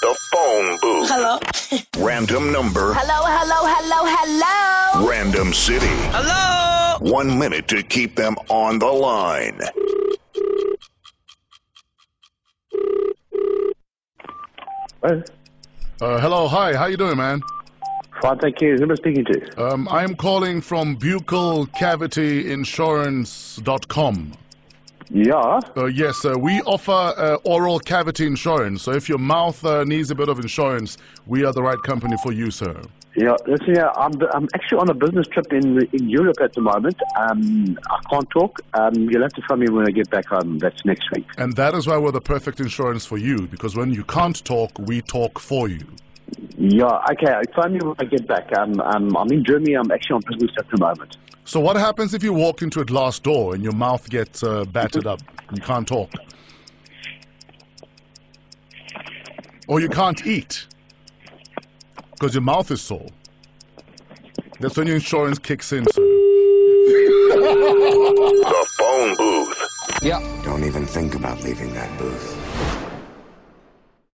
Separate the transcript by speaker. Speaker 1: phone booth.
Speaker 2: Hello.
Speaker 1: Random number.
Speaker 2: Hello, hello, hello, hello.
Speaker 1: Random city.
Speaker 2: Hello.
Speaker 1: One minute to keep them on the line.
Speaker 3: Hello.
Speaker 4: Uh, hello, hi. How you doing, man?
Speaker 3: Fine, thank you. Who am I speaking to?
Speaker 4: Um, I am calling from buccalcavityinsurance.com.
Speaker 3: Yeah.
Speaker 4: Uh, yes, uh, we offer uh, oral cavity insurance. So if your mouth uh, needs a bit of insurance, we are the right company for you, sir.
Speaker 3: Yeah. Listen, yeah, I'm, I'm actually on a business trip in in Europe at the moment. Um, I can't talk. Um, you'll have to phone me when I get back home. That's next week.
Speaker 4: And that is why we're the perfect insurance for you, because when you can't talk, we talk for you.
Speaker 3: Yeah. Okay. Phone me when I get back. Um, um, I'm in Germany. I'm actually on business at the moment.
Speaker 4: So what happens if you walk into a glass door and your mouth gets uh, battered up? You can't talk. Or you can't eat because your mouth is sore. That's when your insurance kicks in. sir.
Speaker 1: The phone booth.
Speaker 5: Don't even think about leaving that booth.